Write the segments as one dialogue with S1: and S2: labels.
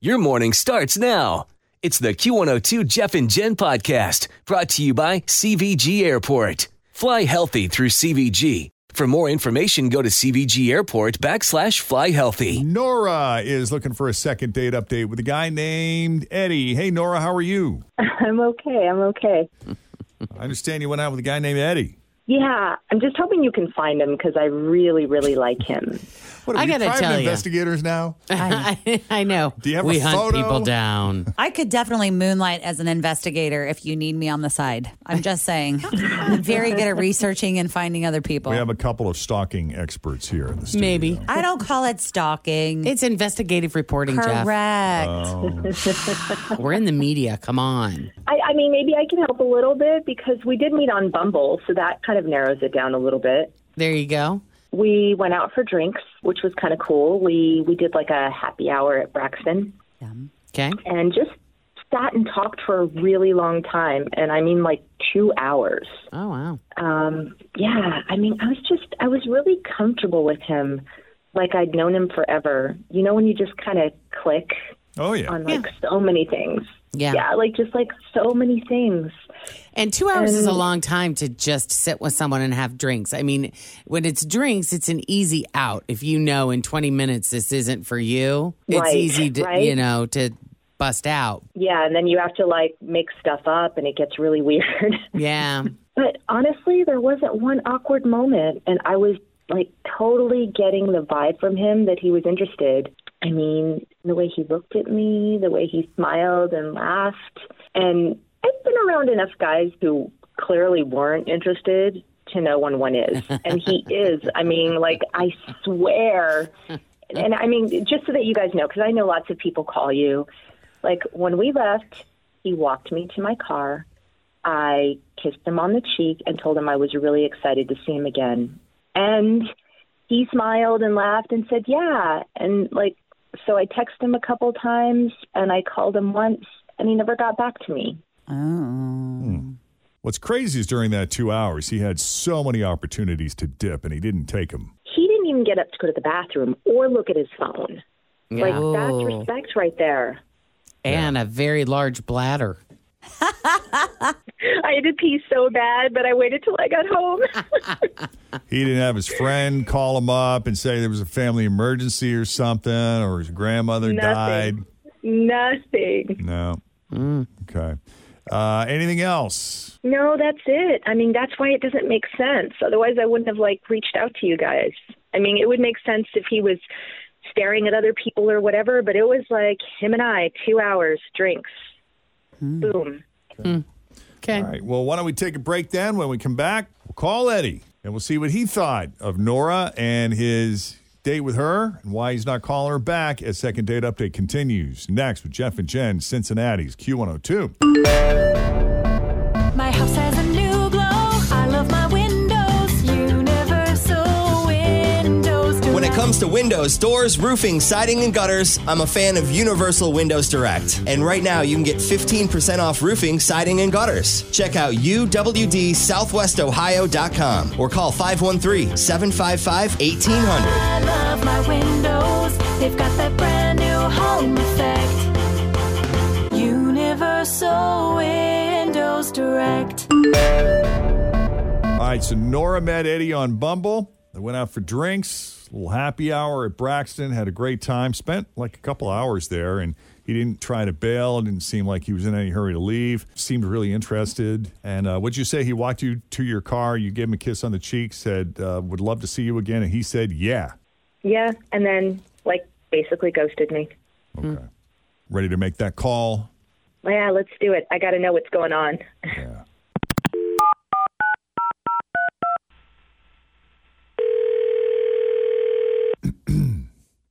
S1: Your morning starts now. It's the Q102 Jeff and Jen podcast brought to you by CVG Airport. Fly healthy through CVG. For more information, go to CVG Airport backslash fly healthy.
S2: Nora is looking for a second date update with a guy named Eddie. Hey, Nora, how are you?
S3: I'm okay. I'm okay.
S2: I understand you went out with a guy named Eddie.
S3: Yeah, I'm just hoping you can find him because I really, really like him.
S2: What are
S4: I
S2: we
S4: gotta
S2: private
S4: tell ya. Oh.
S2: investigators now?
S4: I, I know.
S2: Do you have
S4: we
S2: a
S4: hunt
S2: photo?
S4: people down.
S5: I could definitely moonlight as an investigator if you need me on the side. I'm just saying. I'm very good at researching and finding other people.
S2: We have a couple of stalking experts here in the studio.
S4: Maybe.
S5: I don't call it stalking.
S4: It's investigative reporting, Jeff.
S5: correct.
S4: We're in the media. Come on.
S3: I, I mean, maybe I can help a little bit because we did meet on Bumble, so that kind of narrows it down a little bit.
S4: There you go.
S3: We went out for drinks, which was kind of cool. We we did like a happy hour at Braxton
S4: Okay.
S3: and just sat and talked for a really long time, and I mean like two hours.
S4: Oh wow.
S3: Um, yeah, I mean, I was just I was really comfortable with him, like I'd known him forever. You know, when you just kind of click.
S2: Oh, yeah.
S3: on like so many things.
S4: Yeah.
S3: Yeah, like just like so many things.
S4: And two hours is a long time to just sit with someone and have drinks. I mean, when it's drinks, it's an easy out. If you know in twenty minutes this isn't for you, it's
S3: Right,
S4: easy to
S3: right.
S4: you know to bust out.
S3: Yeah, and then you have to like make stuff up and it gets really weird.
S4: Yeah.
S3: but honestly, there wasn't one awkward moment and I was like totally getting the vibe from him that he was interested. I mean, the way he looked at me, the way he smiled and laughed. And I've been around enough guys who clearly weren't interested to know when one is. And he is. I mean, like, I swear. And I mean, just so that you guys know, because I know lots of people call you. Like, when we left, he walked me to my car. I kissed him on the cheek and told him I was really excited to see him again. And he smiled and laughed and said, Yeah. And like, so I texted him a couple times and I called him once and he never got back to me.
S2: What's crazy is during that two hours, he had so many opportunities to dip and he didn't take them.
S3: He didn't even get up to go to the bathroom or look at his phone. Like, that's
S4: Oh.
S3: respect right there.
S4: And a very large bladder.
S3: I had to pee so bad, but I waited till I got home.
S2: He didn't have his friend call him up and say there was a family emergency or something or his grandmother died.
S3: Nothing. Nothing.
S2: No.
S4: Mm.
S2: Okay. Uh, anything else?
S3: No, that's it. I mean, that's why it doesn't make sense. Otherwise, I wouldn't have like reached out to you guys. I mean, it would make sense if he was staring at other people or whatever, but it was like him and I, two hours, drinks, boom.
S2: All
S4: Okay.
S2: right. Well, why don't we take a break then? When we come back, we'll call Eddie and we'll see what he thought of Nora and his date with her and why he's not calling her back as Second Date Update continues next with Jeff and Jen, Cincinnati's Q102.
S6: My house has a new glow. I love my windows. Universal Windows.
S7: When it comes to windows, doors, roofing, siding, and gutters, I'm a fan of Universal Windows Direct. And right now, you can get 15% off roofing, siding, and gutters. Check out uwdsouthwestohio.com or call 513 755 1800.
S6: I love my windows. They've got that brand new home effect. Universal Windows Direct.
S2: All right. So Nora met Eddie on Bumble. They went out for drinks, a little happy hour at Braxton, had a great time, spent like a couple hours there, and he didn't try to bail. Didn't seem like he was in any hurry to leave. Seemed really interested. And uh, what'd you say? He walked you to your car. You gave him a kiss on the cheek. Said, uh, "Would love to see you again." And he said, "Yeah."
S3: Yeah, and then like basically ghosted me.
S2: Okay. Ready to make that call?
S3: Yeah, let's do it. I got to know what's going on.
S2: Yeah.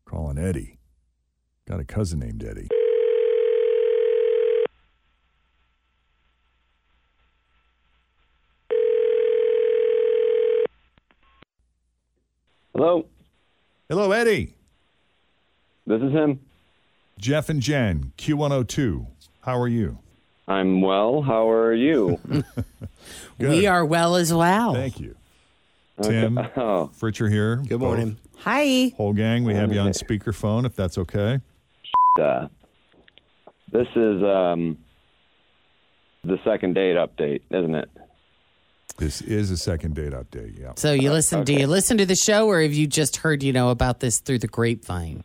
S2: Calling Eddie. Got a cousin named Eddie.
S8: Hello,
S2: Hello, Eddie.
S8: this is him.
S2: Jeff and Jen, Q102. How are you?
S8: I'm well. How are you?
S4: We are well as well.
S2: Thank you. Tim,
S8: oh,
S2: Fritcher here.
S7: Good morning.
S5: Hi.
S2: Whole gang, we have you on speakerphone if that's okay.
S8: uh, This is um, the second date update, isn't it?
S2: This is a second date update. Yeah.
S4: So
S7: Oh,
S4: you listen? Do you listen to the show, or have you just heard? You know about this through the grapevine?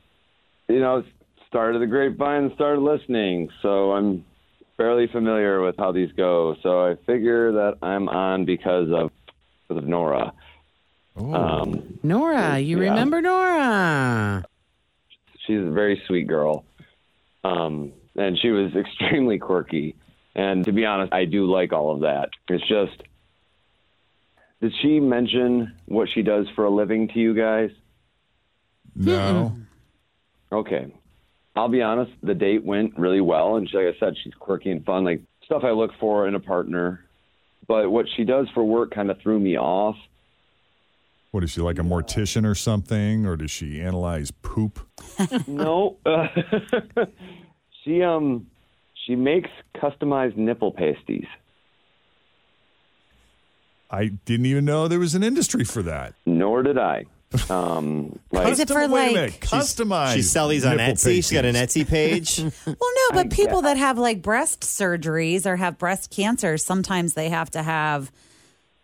S8: You know, started the grapevine and started listening, so I'm fairly familiar with how these go. So I figure that I'm on because of because of Nora.
S2: Oh,
S4: Uh,
S8: Um,
S4: Nora, you
S8: Yeah.
S4: remember Nora?
S8: she's a very sweet girl. Um, and she was extremely quirky. And to be honest, I do like all of that. It's just, did she mention what she does for a living to you guys?
S2: No.
S8: Okay. I'll be honest, the date went really well. And she, like I said, she's quirky and fun, like stuff I look for in a partner. But what she does for work kind of threw me off.
S2: What is she like a mortician or something, or does she analyze poop?
S8: no. Uh, she um she makes customized nipple pasties.
S2: I didn't even know there was an industry for that.
S8: Nor did I. Um, like,
S5: Is it for,
S2: wait a
S5: like-
S2: minute, customized?
S7: She sells these on
S2: nipple
S7: Etsy. She's got an
S2: pasties.
S7: Etsy page.
S5: Well, no, but people that have like breast surgeries or have breast cancer, sometimes they have to have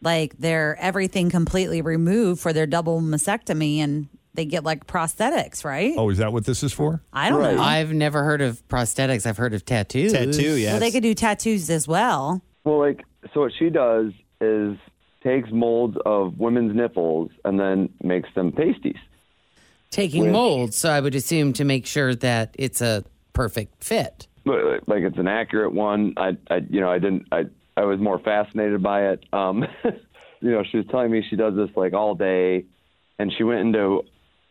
S5: like their everything completely removed for their double mastectomy and they get like prosthetics, right?
S2: Oh, is that what this is for?
S5: I don't know.
S4: Uh-huh. I've never heard of prosthetics. I've heard of tattoos.
S7: Tattoo, yes.
S5: Well, they could do tattoos as well.
S8: well, like so what she does is takes molds of women's nipples and then makes them pasties.
S4: Taking molds, so I would assume to make sure that it's a perfect fit.
S8: But, Like it's an accurate one. I, I you know I didn't I I was more fascinated by it. Um, you know she was telling me she does this like all day, and she went into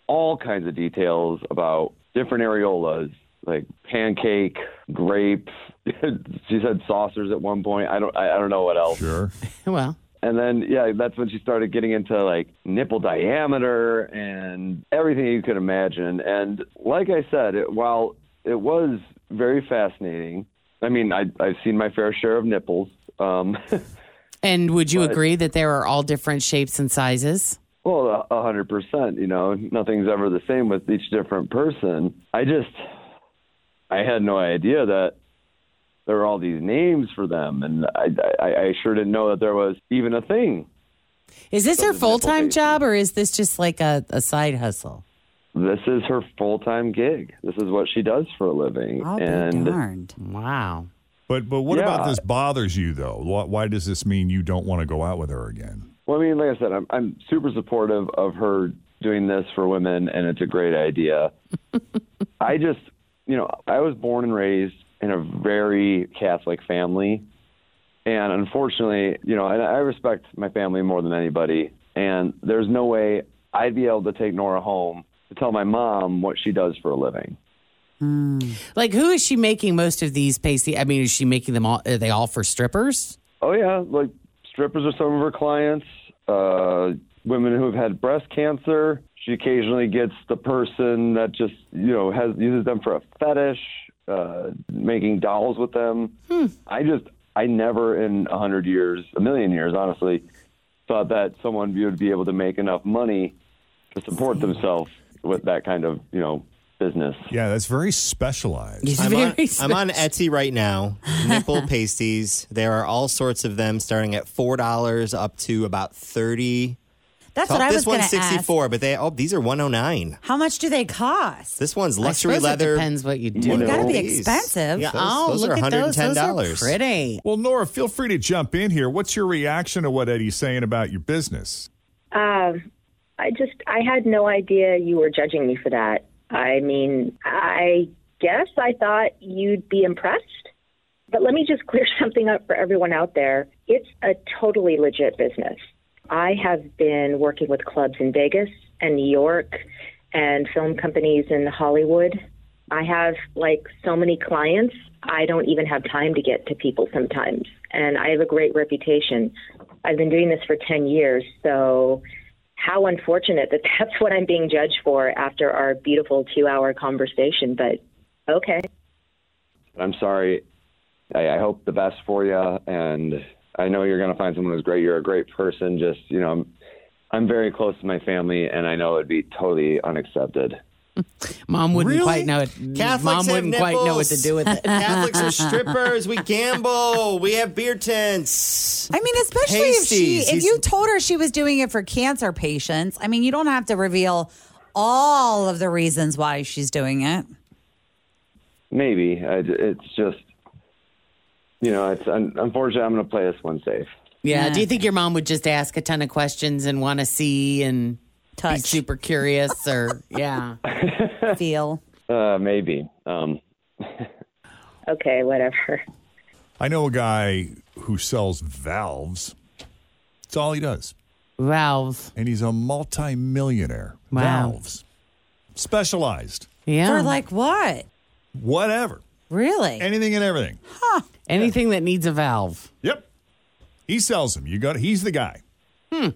S8: all kinds of details about different areolas like pancake, grape. she said saucers at one point. I don't I, I don't know what else.
S2: Sure.
S4: Well,
S8: And then, yeah, that's when she started getting into like nipple diameter and everything you could imagine. And like I said, it, while it was very fascinating, I mean, I, I've seen my fair share of nipples. Um,
S4: and would you agree that there are all different shapes and sizes?
S8: well, a hundred percent. You know, nothing's ever the same with each different person. I just, I had no idea that there were all these names for them, and I, I, I sure didn't know that there was even a thing.
S4: Is this her
S8: Those are nipple
S4: full time
S8: cases.
S4: job, or is this just like a, a side hustle?
S8: this is her full time gig. This is what she does for a living.
S5: I'll
S8: and
S5: be darned.
S4: Wow.
S2: But but what about
S8: Yeah.
S2: this bothers you though? Why, why does this mean you don't want to go out with her again?
S8: well, I mean, like I said, I'm I'm super supportive of her doing this for women, and it's a great idea. I just, you know, I was born and raised in a very Catholic family, and unfortunately, you know, and I respect my family more than anybody, and there's no way I'd be able to take Nora home to tell my mom what she does for a living.
S4: Like, who is she making most of these pasty? I mean, is she making them all? Are they all for strippers?
S8: Oh yeah, like strippers are some of her clients. Uh, women who have had breast cancer. She occasionally gets the person that just you know has uses them for a fetish, uh, making dolls with them. I just I never in a hundred years, a million years, honestly, thought that someone would be able to make enough money to support themselves with that kind of you know business.
S2: Yeah, that's very specialized.
S4: It's
S7: I'm on,
S4: very
S7: I'm on Etsy right now. Nipple pasties. There are all sorts of them, starting at four dollars up to about thirty.
S5: That's what I was
S7: this
S5: going
S7: one's
S5: to ask.
S7: sixty-four, but they oh these are one hundred nine.
S5: How much do they cost?
S7: This one's
S4: I
S7: luxury
S4: suppose
S7: leather.
S4: It depends what you do.
S7: one
S5: They've
S7: of
S5: gotta be
S7: these.
S5: expensive.
S7: Yeah, those,
S4: oh,
S7: those
S4: look
S7: are
S4: at those. Those are
S7: $110.
S4: pretty.
S2: Well, Nora, feel free to jump in here. What's your reaction to what Eddie's saying about your business?
S3: Um, I just, I had no idea you were judging me for that. I mean, I guess I thought you'd be impressed. But let me just clear something up for everyone out there. It's a totally legit business. I have been working with clubs in Vegas and New York and film companies in Hollywood. I have like so many clients, I don't even have time to get to people sometimes. And I have a great reputation. I've been doing this for 10 years, so how unfortunate that that's what I'm being judged for after our beautiful two hour conversation. But okay.
S8: I'm sorry. I, I hope the best for you, and I know you're going to find someone who's great. You're a great person. Just you know, I'm, I'm very close to my family, and I know it'd be totally unaccepted.
S4: Mom wouldn't
S7: Really?
S4: quite know it.
S7: Catholics
S4: Mom
S7: have
S4: wouldn't quite know what to
S7: nipples.
S4: do with it.
S7: Catholics are strippers. We gamble. We have beer tents.
S5: I mean, especially if
S7: Pasties.
S5: she, if
S7: He's-
S5: you told her she was doing it for cancer patients. I mean, you don't have to reveal all of the reasons why she's doing it.
S8: Maybe I, it's just, you know, it's un, unfortunately I'm going to play this one safe.
S4: Yeah. Do you think your mom would just ask a ton of questions and want to see and be
S5: Touch,
S4: super curious or yeah?
S5: feel.
S8: Uh, maybe. Um,
S3: Okay, whatever.
S2: I know a guy who sells valves. That's all he does.
S4: Valve.
S2: And he's a multimillionaire.
S4: Wow.
S2: Valves. Specialized.
S4: Yeah.
S5: Or like what?
S2: Whatever.
S5: Really?
S2: Anything and everything.
S4: anything that needs a valve.
S2: Yep. He sells them. You got he's the guy. Hmm.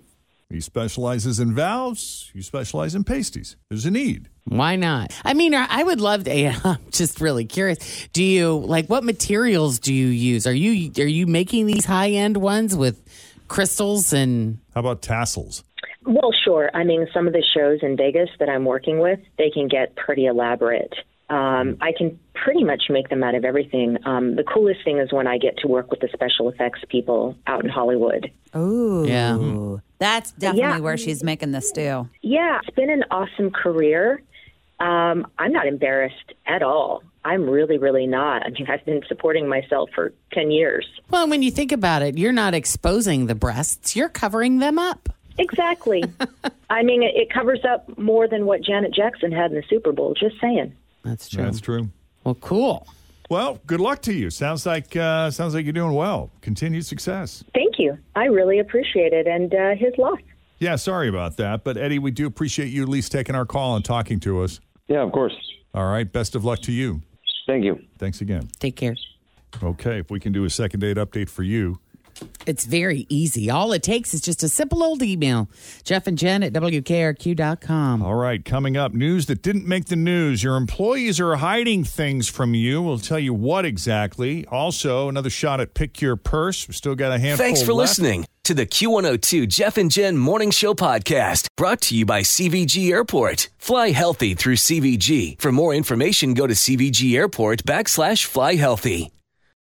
S2: He specializes in valves. You specialize in pasties. There's a need.
S4: Why not? I mean, I I would love to. Yeah, I'm just really curious. Do you like what materials do you use? Are you are you making these high end ones with crystals and
S2: How about tassels?
S3: Well, sure. I mean, some of the shows in Vegas that I'm working with, they can get pretty elaborate. Um, I can pretty much make them out of everything. Um, the coolest thing is when I get to work with the special effects people out in Hollywood.
S5: Ooh.
S4: Yeah.
S5: That's definitely
S3: Yeah.
S5: where she's making the stew.
S3: Yeah, it's been an awesome career. Um, I'm not embarrassed at all. I'm really, really not. I mean, I've been supporting myself for 10 years.
S4: well, when you think about it, you're not exposing the breasts; you're covering them up.
S3: Exactly. I mean, it, it covers up more than what Janet Jackson had in the Super Bowl, just saying.
S4: That's true.
S2: That's true.
S4: well, cool.
S2: Well, good luck to you. Sounds like uh, sounds like you're doing well. Continued success.
S3: Thank you. I really appreciate it and uh, his loss.
S2: Yeah, sorry about that, but Eddie, we do appreciate you at least taking our call and talking to us.
S8: yeah, of course.
S2: All right, best of luck to you.
S8: Thank you.
S2: Thanks again.
S4: Take care.
S2: Okay, if we can do a second date update for you,
S4: It's very easy. All it takes is just a simple old email. Jeff and Jen at
S1: Mm-hmm.
S4: WKRQ.com.
S2: All right, coming up, news that didn't make the news. Your employees are hiding things from you. We'll tell you what exactly. Also, another shot at pick your purse. We still got a handful.
S1: Thanks for
S2: left.
S1: listening to the Q102 Jeff and Jen Morning Show podcast brought to you by CVG Airport. Fly healthy through CVG. For more information, go to CVG Airport backslash fly healthy.